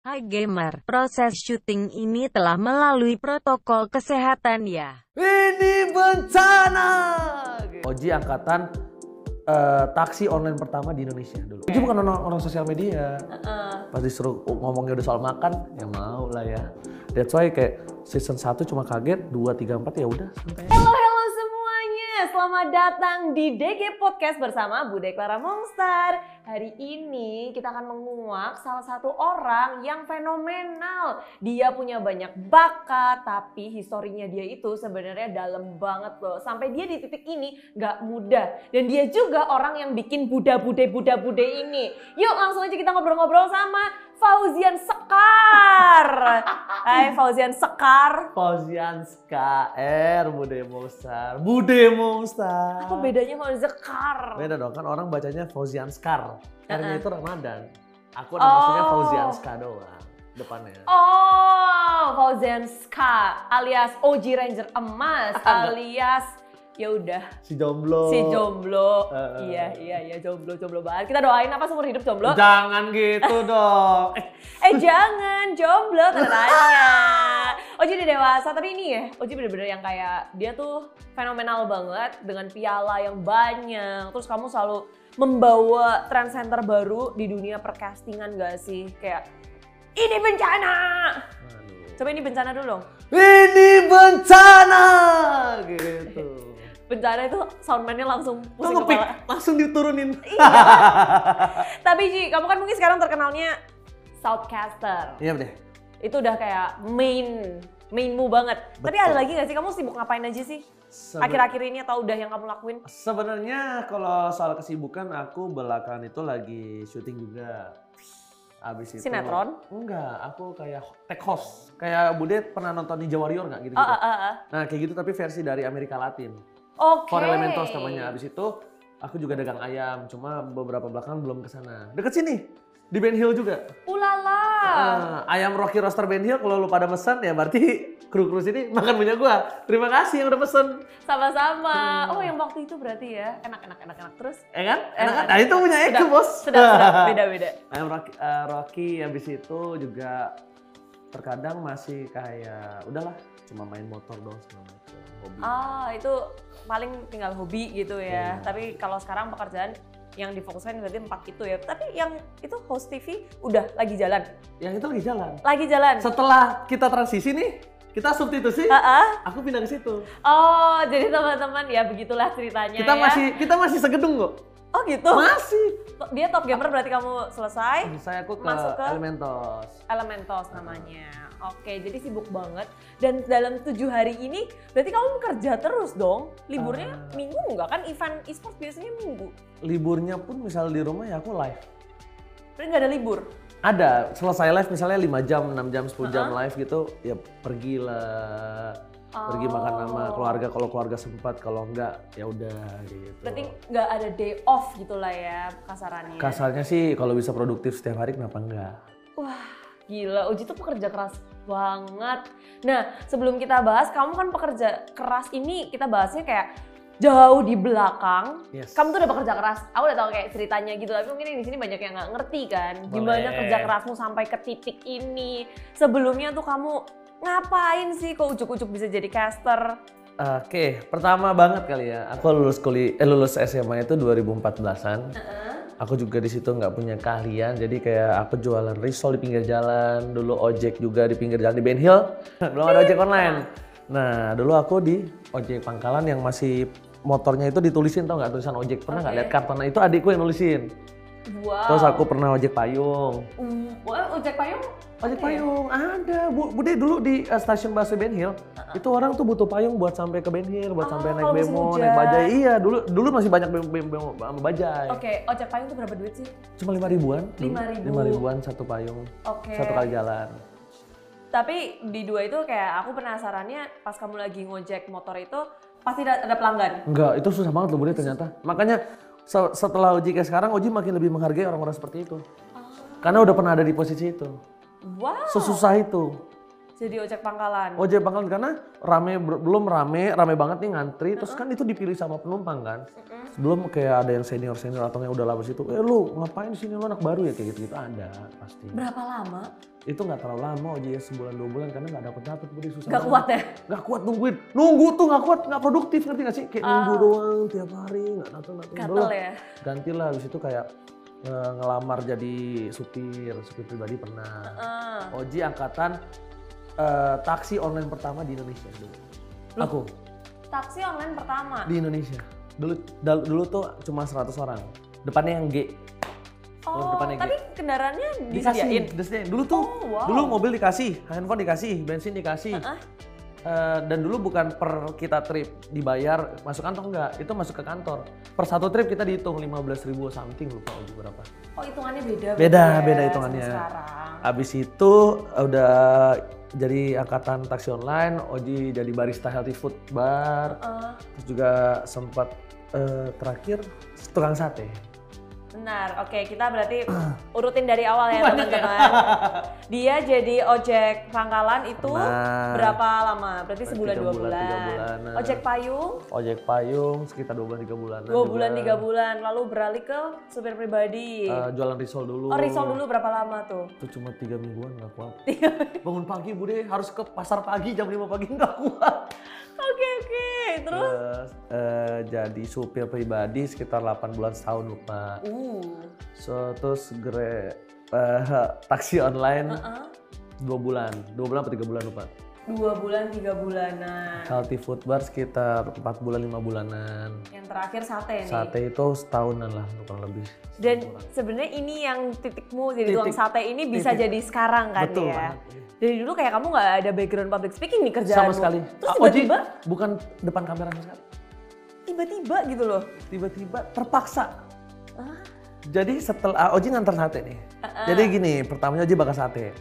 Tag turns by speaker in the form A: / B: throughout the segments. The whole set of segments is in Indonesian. A: Hai gamer, proses syuting ini telah melalui protokol kesehatan ya.
B: Ini bencana. Gitu. Oji angkatan eh, taksi online pertama di Indonesia dulu. Oji bukan orang, orang sosial media. Pas disuruh "Oh, ngomongnya udah soal makan, ya mau lah ya. That's why kayak season 1 cuma kaget, 2, 3, 4 ya udah santai.
C: Halo halo Oh, semuanya, selamat datang di DG Podcast bersama Bude Clara Monster. Hari ini kita akan menguak salah satu orang yang fenomenal. Dia punya banyak bakat, tapi historinya dia itu sebenarnya dalam banget loh. Sampai dia di titik ini gak mudah. Dan dia juga orang yang bikin buda-bude-buda-bude ini. Yuk langsung aja kita ngobrol-ngobrol sama Fauzian Sekar. Hai Fauzian Sekar.
B: Fauzian KR, Bude Monstar. Bude Monstar.
C: Apa bedanya sama Zekar?
B: Beda dong, kan orang bacanya Fauzian Skar. Karena itu Ramadan. Aku
C: Oh.
B: maksudnya Fauzian Ska doang depannya.
C: Oh, Fauzen Ska alias OG Ranger emas
B: Ah,
C: alias ya udah
B: Si jomblo.
C: si
B: Oh.
C: jomblo.
B: Eh, eh.
C: Iya, iya, iya jomblo, jomblo banget. Kita doain apa seumur hidup jomblo?
B: Jangan gitu dong. Eh,
C: eh jangan jomblo katanya. Oji udah dewasa tapi ini ya Oji bener-bener yang kayak dia tuh fenomenal banget dengan piala yang banyak. Terus kamu selalu membawa trend center baru di dunia percastingan gak sih? Kayak ini bencana.
B: aduh.
C: Coba ini bencana dulu dong.
B: Ini bencana gitu.
C: bencana itu soundman-nya langsung
B: Lo
C: pusing
B: ngepick
C: kepala.
B: langsung diturunin.
C: Tapi Ji, kamu kan mungkin sekarang terkenalnya Southcaster.
B: Iya deh.
C: Itu udah kayak main mainmu banget. Tapi
B: Betul.
C: ada lagi gak sih kamu sibuk ngapain aja sih
B: Seben-
C: akhir-akhir ini atau udah yang kamu lakuin?
B: Sebenarnya kalau soal kesibukan aku belakangan itu lagi syuting juga. Abis itu
C: Sinetron?
B: Enggak, aku kayak tech host. Kayak Bude pernah nonton Ninja Warrior nggak gitu?
C: Oh, oh, oh, oh.
B: Nah kayak gitu tapi versi dari Amerika Latin.
C: Oke.
B: Four Elementos namanya. Abis itu aku juga dagang ayam, cuma beberapa belakangan belum ke sana. Deket sini, di Ben Hill juga.
C: Ulala.
B: Ah, ayam Rocky Roaster Ben Hill kalau lu pada pesan ya berarti kru kru sini makan punya gua. Terima kasih yang udah pesen.
C: Sama-sama.
B: Hmm.
C: Oh, yang waktu itu berarti ya. Enak enak enak enak terus.
B: Ya kan? Enak kan?
C: Enak.
B: Nah itu punya Eko,
C: Eh, Sedap,
B: Bos.
C: sedap, sedap. Beda-beda.
B: Ayam Rocky, eh, Rocky habis itu juga terkadang masih kayak udahlah cuma main motor doang segala macam hobi.
C: Ah, itu paling tinggal hobi gitu ya.
B: Iya.
C: Tapi kalau sekarang pekerjaan yang difokuskan berarti empat itu ya. Tapi yang itu host TV udah lagi jalan.
B: Yang Ya, itu lagi jalan.
C: Lagi jalan.
B: Setelah kita transisi nih, kita substitusi,
C: Heeh.
B: aku pindah ke situ.
C: Oh, jadi teman-teman ya begitulah ceritanya
B: Kita
C: ya.
B: masih kita masih segedung kok.
C: Oh, gitu.
B: Masih.
C: Dia top gamer berarti kamu selesai.
B: Saya aku ke,
C: Eh, Masuk ke-
B: Elementos.
C: Elementos namanya. Oke, jadi sibuk banget. Dan dalam tujuh hari ini, berarti kamu kerja terus dong. Liburnya
B: Ah.
C: minggu nggak kan? Event e-sport biasanya minggu.
B: Liburnya pun misal di rumah ya aku live.
C: Berarti nggak ada libur.
B: Ada, selesai live misalnya 5 jam, 6 jam, 10 jam live gitu, ya pergi lah. Pergi makan sama
C: Oh.
B: keluarga kalau keluarga sempat, kalau enggak ya udah gitu.
C: Berarti nggak ada day off gitu lah ya kasarannya.
B: Kasarnya sih kalau bisa produktif setiap hari kenapa enggak?
C: Wah, gila. Uji tuh pekerja keras banget. Nah, sebelum kita bahas, kamu kan pekerja keras ini kita bahasnya kayak jauh di belakang.
B: Yes.
C: Kamu tuh udah bekerja keras. Aku udah tahu kayak ceritanya gitu, tapi mungkin yang di sini banyak yang nggak ngerti kan, gimana
B: Boleh.
C: kerja kerasmu sampai ke titik ini. Sebelumnya tuh kamu ngapain sih kok ujuk-ujuk bisa jadi caster?
B: Oke, pertama banget kali ya. Aku lulus kuliah, eh, lulus SMA itu 2014-an. Aku juga di situ nggak punya keahlian, jadi kayak aku jualan risol di pinggir jalan, dulu ojek juga di pinggir jalan di Ben Hill. Belum ada ojek online. Nah, dulu aku di ojek pangkalan yang masih motornya itu ditulisin tau nggak tulisan ojek pernah nggak
C: Oke.
B: lihat karton? Nah, itu adikku yang nulisin.
C: Wow.
B: Terus aku pernah ojek payung.
C: Um, wah, ojek payung
B: Ojek payung ada, Bu, Bude dulu di eh, stasiun busway Ben Hill, itu orang tuh butuh payung buat sampai ke Ben Hill, buat
C: Ah,
B: sampai naik
C: Uh-uh. kalau musim
B: bemo,
C: hujan.
B: naik bajai. Iya, dulu dulu masih banyak bemo, bemo, bemo- sama bajai.
C: Oke, ojek payung tuh berapa duit sih?
B: Cuma lima ribuan, dulu.
C: Lima ribu.
B: Lima ribuan satu payung,
C: Oke.
B: satu kali jalan.
C: Tapi di dua itu kayak aku penasarannya pas kamu lagi ngojek motor itu pasti ada, ada pelanggan.
B: Enggak, itu susah banget loh Bude ternyata. Makanya se- setelah Oji kayak sekarang, Oji makin lebih menghargai
C: Oh.
B: orang-orang seperti itu. Karena udah pernah ada di posisi itu,
C: Wow.
B: sesusah itu.
C: jadi ojek pangkalan.
B: Ojek pangkalan karena rame ber- belum rame, rame banget nih ngantri. Terus kan itu dipilih sama penumpang kan. Sebelum kayak ada yang senior senior atau yang udah lama situ, eh lu ngapain di sini lu anak baru ya kayak gitu gitu ada pasti.
C: Berapa lama?
B: Itu nggak terlalu lama ojeknya sebulan dua bulan karena nggak dapet dapet budi susah.
C: Gak
B: banget.
C: kuat ya?
B: Nggak kuat nungguin, nunggu tuh nggak kuat, nggak produktif ngerti nggak sih? Kayak nunggu doang tiap hari nggak datang datang.
C: Ah. Gatel ya?
B: Gantilah habis itu kayak eh, ngelamar jadi supir, supir pribadi pernah.
C: Heeh.
B: Oji angkatan eh, taksi online pertama di Indonesia dulu.
C: Loh?
B: Aku
C: taksi online pertama.
B: di Indonesia. Dulu dal- dulu tuh cuma 100 orang. Depannya yang G.
C: Oh,
B: depannya
C: tapi kendaraannya
B: Iya, Dikasihin,
C: disediain.
B: disediain. Dulu tuh
C: Oh, wow.
B: dulu mobil dikasih, handphone dikasih, bensin dikasih.
C: Heeh.
B: Eh, dan dulu bukan per kita trip dibayar masuk kantong enggak, itu masuk ke kantor. Per satu trip kita dihitung 15.000 something lupa Oji berapa.
C: Oh, hitungannya beda.
B: Beda,
C: berarti ya
B: beda
C: sama
B: hitungannya.
C: Sekarang.
B: Abis itu eh, udah jadi angkatan taksi online, Oji jadi barista healthy food bar,
C: Heeh.
B: terus juga sempat eh, terakhir tukang sate.
C: benar. Oke, kita berarti urutin dari awal ya, teman-teman. Dia jadi ojek pangkalan itu
B: Pernah.
C: berapa lama? Berarti
B: Tiga
C: sebulan dua
B: bulan,
C: bulan.
B: tiga bulanan.
C: Ojek payung
B: Ojek payung sekitar dua bulan tiga bulan.
C: dua bulan tiga bulan, lalu beralih ke supir pribadi.
B: Eh, jualan risol dulu.
C: oh, risol dulu berapa lama tuh?
B: Itu cuma tiga mingguan nggak kuat. Bangun pagi bude harus ke pasar pagi jam 5 pagi nggak kuat.
C: Oke, oke. Terus
B: Terus eh, jadi supir pribadi sekitar 8 bulan setahun lupa.
C: uh.
B: So, terus gere eh, taksi online
C: Heeh.
B: dua bulan, dua bulan atau tiga bulan lupa.
C: Dua bulan, tiga bulanan.
B: Healthy food bar sekitar 4 bulan lima bulanan.
C: Yang terakhir sate nih.
B: Sate itu setahunan lah kurang lebih.
C: Dan sebenarnya ini yang titikmu jadi tukang
B: Titik.
C: sate ini bisa jadi sekarang kan
B: Betul
C: ya.
B: banget.
C: Dari dulu kayak kamu nggak ada background public speaking nih kerjaan.
B: Sama sekali.
C: Terus
B: Ah, Oji,
C: tiba-tiba,
B: bukan depan kamera sama sekali.
C: tiba-tiba gitu loh.
B: Tiba-tiba terpaksa.
C: Ah.
B: Jadi setelah ah, Oji nganter sate nih. Jadi gini, pertamanya Oji bakar sate.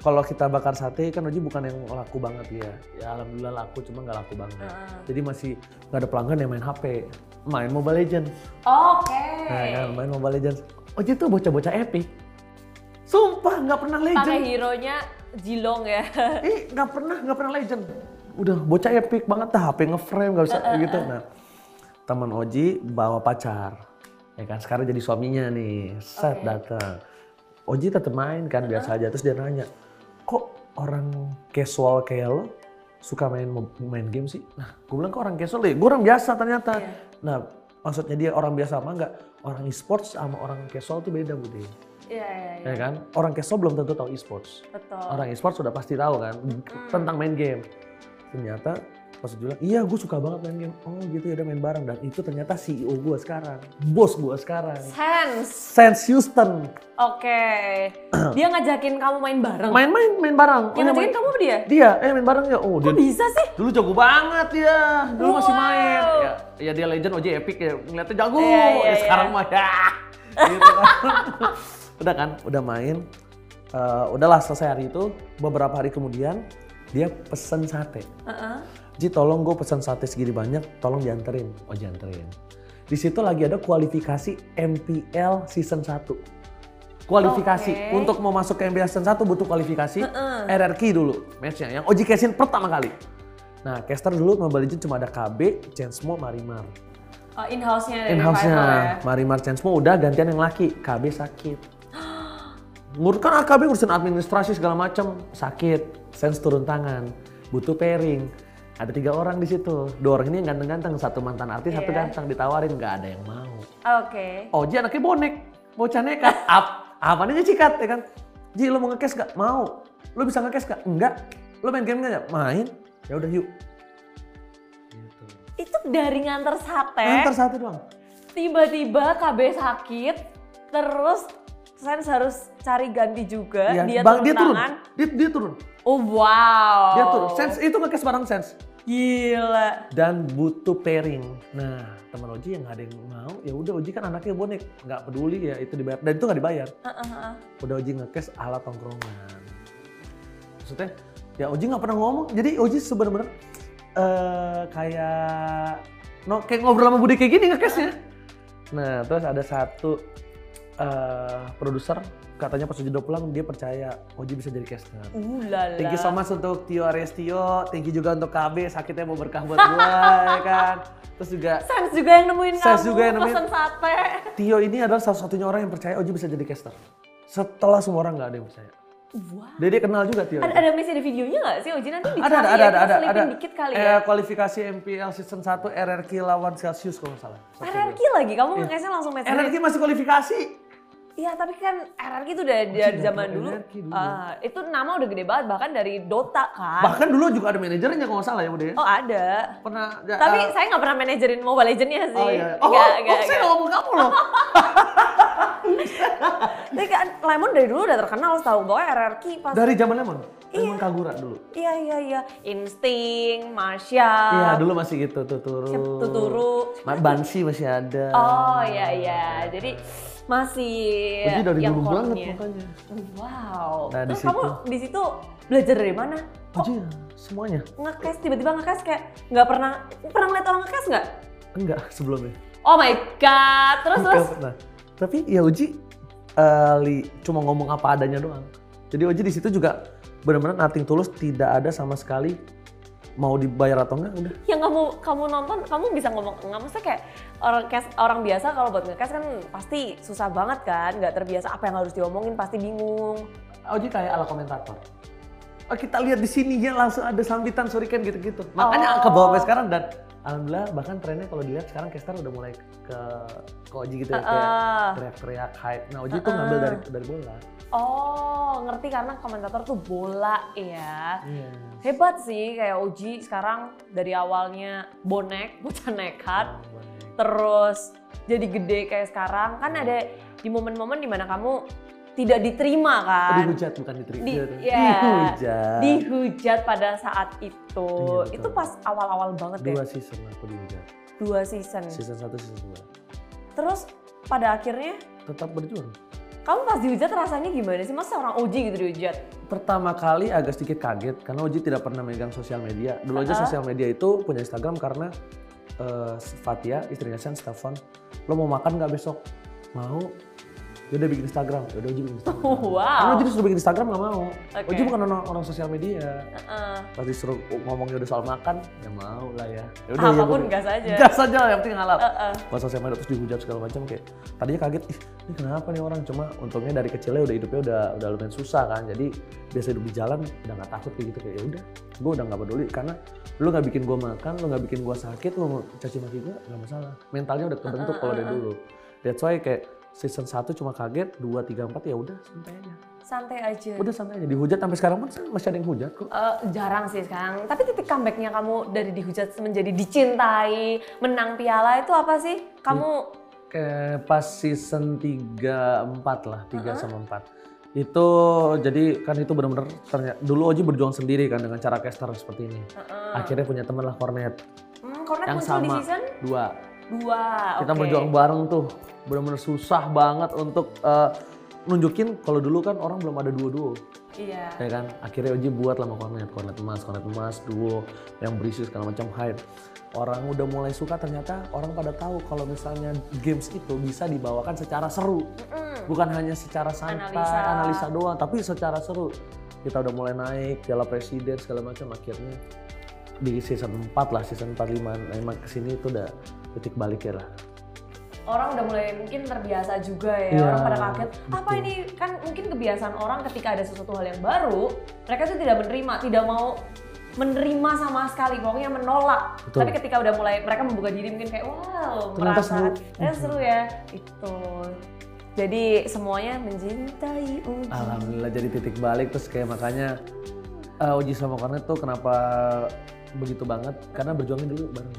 B: Kalau kita bakar sate kan Oji bukan yang laku banget ya. Ya alhamdulillah laku, cuma nggak laku banget. Jadi masih nggak ada pelanggan yang main HP, main Mobile Legends.
C: Oke.
B: Nah, kan, main Mobile Legends. Oji tuh bocah-bocah epic. Sumpah nggak pernah legend.
C: Pakai hero-nya Jilong ya.
B: Ih, nggak pernah, nggak pernah legend. Udah bocah epic banget dah, HP ngeframe nggak bisa gitu. Nah, teman Oji bawa pacar, ya kan sekarang jadi suaminya nih, set datang. Oji tetap main kan biasa aja, terus dia nanya, kok orang casual kayak lo suka main main game sih? Nah, gue bilang kok orang casual ya, gue orang biasa ternyata. Nah, maksudnya dia orang biasa apa enggak? Orang e-sports sama orang casual tuh beda bude,
C: Iya, iya, iya.
B: ya kan? Orang casual belum tentu tahu e-sports
C: Betul.
B: orang e-sport sudah pasti tahu kan tentang main game. Ternyata pas dia bilang, iya gue suka banget main game. Oh gitu ya udah main bareng. Dan itu ternyata CEO gue sekarang, bos gue sekarang.
C: Sense.
B: Sense Houston,
C: Oke. Dia ngajakin kamu main bareng.
B: main-main main bareng. Oh, ya,
C: Yang ngajakin
B: main-
C: kamu apa dia?
B: Dia, eh main bareng ya. Oh dia
C: Kok bisa sih?
B: dulu jago banget ya. Dulu masih
C: Wow.
B: main. Ya, ya dia legend OJ epic ya. Ngeliatnya jago.
C: Iya, iya,
B: Ya,
C: iya.
B: sekarang mah ya. Gitu kan. udah kan, udah main. Eh, udahlah selesai hari itu. Beberapa hari kemudian dia pesen sate.
C: Heeh.
B: Ji tolong gue pesan sate segini banyak, tolong dianterin. Oh dianterin. Di situ lagi ada kualifikasi MPL season 1. Kualifikasi.
C: Oke.
B: Untuk mau masuk ke MPL season 1 butuh kualifikasi. RRQ dulu matchnya. Yang Oji Kesin pertama kali. Nah, caster dulu Mobile Legends cuma ada KB, Chainsmo, Marimar.
C: Oh, in-house-nya dari ya?
B: In-house-nya
C: Revival
B: Marimar, Chainsmo udah gantian yang laki. KB sakit. kan Ngurutkan AKB urusan administrasi segala macam sakit, sense turun tangan, butuh pairing. Ada tiga orang di situ. Dua orang ini yang ganteng-ganteng, satu mantan artis, satu
C: Iya.
B: ganteng ditawarin nggak ada yang mau.
C: ya. Oke.
B: Oji anaknya bonek, bocah nekat. Ap, apanya cikat ya kan? Ji lo mau ngekes gak? Mau. Lo bisa ngekes gak? Enggak. Lo main game nggak? Main. Ya udah yuk. Gitu.
C: Itu dari nganter sate.
B: Nganter satu doang.
C: tiba-tiba KB sakit, terus Sens harus cari ganti juga.
B: Iya,
C: dia
B: bang-
C: turun
B: dia turun.
C: tangan.
B: Dia, dia turun.
C: Oh wow.
B: Dia turun. Sense itu ngekes bareng sense.
C: Gila.
B: dan butuh pairing. Nah, teman Oji yang nggak ada yang mau, ya udah Oji kan anaknya bonek, nggak peduli ya itu dibayar dan itu nggak dibayar. Udah Oji ngekes ala tongkrongan. Maksudnya, ya Oji nggak pernah ngomong, jadi Oji sebenarnya eh kayak no, kayak ngobrol sama Budi kayak gini ngekesnya. Nah, terus ada satu eh, produser katanya pas Sujido pulang dia percaya Oji bisa jadi caster.
C: Ulala.
B: Thank you so much untuk Tio Arestio, thank you juga untuk KB, sakitnya mau berkah buat gua, ya kan. Terus juga
C: Sans juga yang nemuin
B: Sans
C: kamu,
B: juga yang nemuin.
C: pesen sate.
B: Tio ini adalah satu-satunya orang yang percaya Oji bisa jadi caster. Setelah semua orang nggak ada yang percaya.
C: Wah.
B: Jadi dia kenal juga Tio.
C: Ada,
B: ini.
C: ada masih ada videonya nggak sih Oji nanti dicari
B: ada, ada,
C: ya,
B: ada,
C: kita
B: ada,
C: selipin
B: ada.
C: dikit kali
B: Eh,
C: ya.
B: kualifikasi MPL season 1 RRQ lawan Celsius kalau nggak salah. Satu
C: RRQ
B: dua.
C: lagi, kamu
B: Iya.
C: ngekasnya langsung match
B: RRQ masih kualifikasi.
C: Iya tapi kan RRQ itu udah dari
B: udah
C: zaman
B: pro
C: dulu,
B: RRQ dulu.
C: Ah, itu nama udah gede banget bahkan dari Dota kan.
B: Bahkan dulu juga ada manajernya kalau nggak salah ya udah ya.
C: Oh ada.
B: Pernah. ya,
C: Tapi
B: eh,
C: saya nggak pernah manajerin Mobile Legends-nya sih.
B: Oh iya. Oh, oh,
C: Nggak, nggak,
B: saya
C: nggak.
B: nggak ngomong kamu loh.
C: Tapi kan Lemon dari dulu udah terkenal tahu bahwa RRQ pas
B: Dari zaman Lemon. Lemon Kagura dulu.
C: Iya iya iya, Insting, Marsha.
B: Iya dulu masih gitu Tuturu.
C: Siapa? Eh, Tuturu.
B: Ma- Bansi masih ada.
C: Oh iya iya. Jadi masih
B: Oji dari
C: yang
B: dulu banget
C: core-nya.
B: makanya.
C: Wow.
B: Nah, di
C: Terus kamu
B: situ.
C: di situ belajar dari mana?
B: Oji ya, semuanya.
C: Ngekes tiba-tiba ngekes kayak nggak pernah pernah ngeliat orang ngekes nggak?
B: Enggak sebelumnya.
C: Oh my god. Terus
B: Enggak
C: terus.
B: pernah. Tapi ya Uji eh, li- cuma ngomong apa adanya doang. Jadi Uji di situ juga benar-benar nothing tulus tidak ada sama sekali mau dibayar atau enggak udah.
C: yang kamu kamu nonton kamu bisa ngomong nggak maksudnya kayak orang kes orang biasa kalau buat ngekes kan pasti susah banget kan nggak terbiasa apa yang harus diomongin pasti bingung
B: Oji kayak ala komentator. Oh, kita lihat di sini ya langsung ada sambitan surikan gitu-gitu. Makanya
C: Oh.
B: ke bawah sampai sekarang dan alhamdulillah bahkan trennya kalau dilihat sekarang caster udah mulai ke ke Oji gitu ya kayak
C: Heeh.
B: teriak-teriak hype. Nah, Oji tuh ngambil dari dari bola.
C: oh ngerti karena komentator tuh bola ya
B: Iya.
C: hebat sih kayak Oji sekarang dari awalnya bonek bocah nekat terus jadi gede kayak sekarang kan ada di momen-momen dimana kamu tidak diterima kan
B: Dihujat bukan diterima.
C: Di-
B: Dihujat.
C: iya.
B: Dihujat.
C: dihujat pada saat itu
B: Iya, betul.
C: itu pas awal-awal banget
B: Dua
C: ya
B: season aku dihujat.
C: dua season
B: Season 1, season 2.
C: terus pada akhirnya
B: Tetap berjuang.
C: kamu pas dihujat rasanya gimana sih masa orang uji gitu dihujat
B: Pertama kali agak sedikit kaget karena Oji tidak pernah megang sosial media. Dulu aja
C: Uh-uh.
B: sosial media itu punya Instagram karena eh, Fatia, istrinya Sen, telepon, lo mau makan nggak besok? Mau. Yaudah bikin Instagram. Yaudah Oji bikin Instagram.
C: Wow.
B: Karena Oji disuruh bikin Instagram nggak mau.
C: Oke.
B: Oji bukan orang, orang sosial media.
C: Eh,
B: Pas disuruh ngomongnya udah soal makan, ya mau lah ya. Yaudah, ya
C: apapun
B: gua-
C: gas aja
B: Gas aja lah, yang penting halal.
C: Heeh.
B: pas sosial media terus dihujat segala macam kayak tadinya kaget ih ini kenapa nih orang cuma untungnya dari kecilnya udah hidupnya udah udah lumayan susah kan jadi biasa hidup di jalan udah nggak takut kayak gitu kayak ya udah gue udah nggak peduli karena lu nggak bikin gue makan lu nggak bikin gue sakit lu mau caci maki gue nggak masalah mentalnya udah kebentuk kalau dari dulu that's why kayak season 1 cuma kaget 2, 3, 4 ya udah santai aja
C: santai aja
B: udah santai aja dihujat sampai sekarang pun masih ada yang hujat kok
C: Eh, jarang sih sekarang tapi titik comebacknya kamu dari dihujat menjadi dicintai menang piala itu apa sih kamu
B: Kayak pas season 3 4 lah, 3 sama 4. Itu jadi kan itu benar-benar ternyata dulu Oji berjuang sendiri kan dengan cara caster seperti ini.
C: Heeh.
B: Akhirnya punya teman lah Cornet
C: hmm, Cornet
B: yang
C: muncul di
B: sama
C: season
B: dua.
C: 2
B: Kita berjuang bareng tuh. Benar-benar susah banget untuk eh, nunjukin kalau dulu kan orang belum ada duo-duo
C: iya
B: ya kan akhirnya Oji buat lah sama Cornet Cornet emas Cornet emas duo yang berisi segala macam hype orang udah mulai suka ternyata orang pada tahu kalau misalnya games itu bisa dibawakan secara seru bukan hanya secara santai analisa.
C: Analisa.
B: doang tapi secara seru kita udah mulai naik piala presiden segala macam akhirnya di season 4 lah season 4 5 emang kesini itu udah titik balik ya lah
C: orang udah mulai mungkin terbiasa juga ya
B: Iya,
C: orang pada kaget apa
B: betul.
C: ini kan mungkin kebiasaan orang ketika ada sesuatu hal yang baru mereka tuh tidak menerima tidak mau menerima sama sekali pokoknya menolak
B: Betul.
C: tapi ketika udah mulai mereka membuka diri mungkin kayak wow
B: Ternyata
C: merasa
B: seru.
C: ternyata seru ya itu jadi semuanya mencintai Uji
B: Alhamdulillah jadi titik balik terus kayak makanya eh, Oji sama Cornet tuh kenapa begitu banget karena berjuangnya dulu bareng.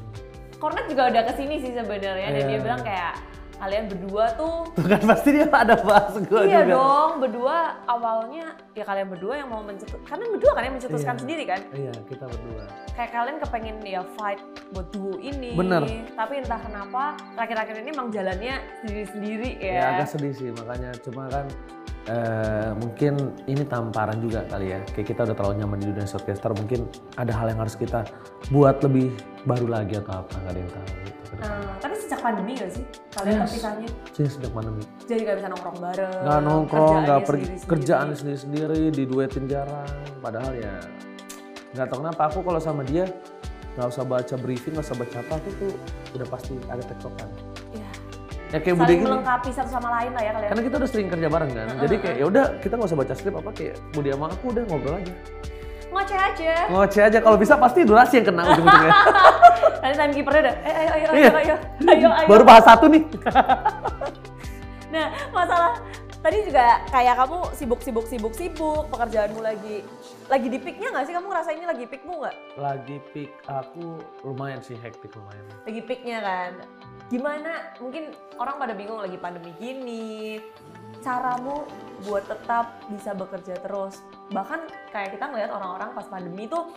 C: Cornet juga udah kesini sih sebenarnya dan
B: Iya.
C: dia bilang kayak kalian berdua tuh
B: Tuh kan pasti dia ada bahas gue
C: iya
B: juga.
C: dong berdua awalnya ya kalian berdua yang mau mencetus karena berdua kalian mencetuskan
B: Iya.
C: sendiri kan
B: Iya kita berdua.
C: kayak kalian kepengen ya fight buat duo ini.
B: Bener.
C: Tapi entah kenapa akhir-akhir ini emang jalannya sendiri-sendiri
B: Ya
C: ya.
B: agak sedih sih makanya cuma kan eh, mungkin ini tamparan juga kali ya. Kayak kita udah terlalu nyaman di dunia shortcaster mungkin ada hal yang harus kita buat lebih baru lagi atau apa nggak ada yang tahu. Gitu. ke depan.
C: Eh, tapi sejak pandemi gak sih kalian
B: Yes.
C: terpisahnya?
B: Sih sejak pandemi.
C: Jadi gak bisa nongkrong bareng.
B: Nggak nongkrong, nggak
C: Eh, kerjaannya
B: pergi
C: sendiri-sendiri.
B: kerjaan sendiri-sendiri, diduetin jarang. Padahal ya nggak tahu kenapa aku kalau sama dia nggak usah baca briefing, nggak usah baca apa, aku tuh udah pasti ada tektokan.
C: Iya.
B: Ya kayak Bude
C: Saling
B: gini.
C: melengkapi satu sama lain lah ya kalian.
B: Karena kita udah sering kerja bareng kan, jadi kayak ya udah kita nggak usah baca skrip apa kayak Budi sama aku udah ngobrol aja.
C: Ngoceh aja.
B: Ngoceh aja kalau bisa pasti durasi yang kena ujung-ujungnya.
C: Nanti timekeepernya udah, eh, ayo, ayo, ayo,
B: Iya.
C: ayo, ayo, ayo.
B: Baru bahas satu nih.
C: Nah, masalah tadi juga kayak kamu sibuk, sibuk, sibuk, sibuk, pekerjaanmu lagi lagi di peaknya nggak sih? Kamu ngerasa ini lagi peakmu nggak?
B: Lagi pick aku lumayan sih hektik lumayan.
C: Lagi peaknya kan. Gimana? Mungkin orang pada bingung lagi pandemi gini. Caramu buat tetap bisa bekerja terus. Bahkan kayak kita ngelihat orang-orang pas pandemi tuh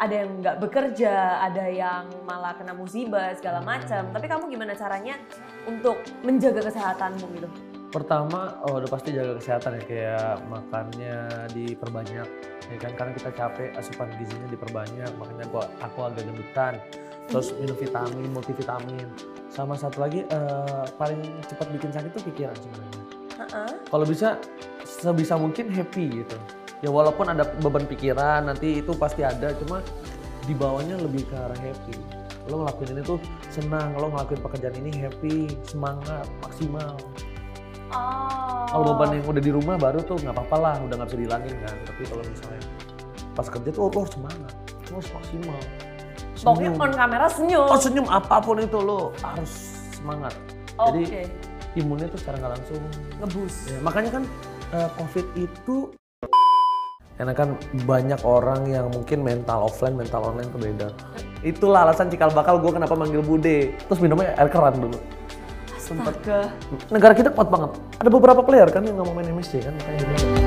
C: ada yang nggak bekerja, ada yang malah kena musibah segala macam. Tapi kamu gimana caranya untuk menjaga kesehatanmu gitu?
B: Pertama oh, udah pasti jaga kesehatan ya kayak makannya diperbanyak ya kan karena kita capek asupan gizinya diperbanyak makanya gua aku agak gendutan terus minum vitamin multivitamin sama satu lagi eh, paling cepat bikin sakit tuh pikiran sebenarnya
C: Heeh.
B: kalau bisa sebisa mungkin happy gitu ya walaupun ada beban pikiran nanti itu pasti ada cuma dibawanya lebih ke arah happy lo ngelakuin ini tuh senang lo ngelakuin pekerjaan ini happy semangat maksimal
C: Oh.
B: kalau beban yang udah di rumah baru tuh nggak apa-apa lah udah nggak bisa dihilangin kan tapi kalau misalnya pas kerja tuh lo harus semangat lo harus maksimal
C: Pokoknya
B: senyum
C: on kamera senyum.
B: oh senyum apapun itu lo harus semangat
C: Oke.
B: jadi imunnya tuh secara nggak langsung
C: Ngebus.
B: Ya, makanya kan eh, COVID itu karena kan banyak orang yang mungkin mental offline, mental online tuh beda. Itulah alasan cikal bakal gue kenapa manggil Bude. Terus minumnya air keran dulu.
C: Astaga.
B: Negara kita kuat banget. Ada beberapa player kan yang nggak mau main MSC kan. Makanya gitu.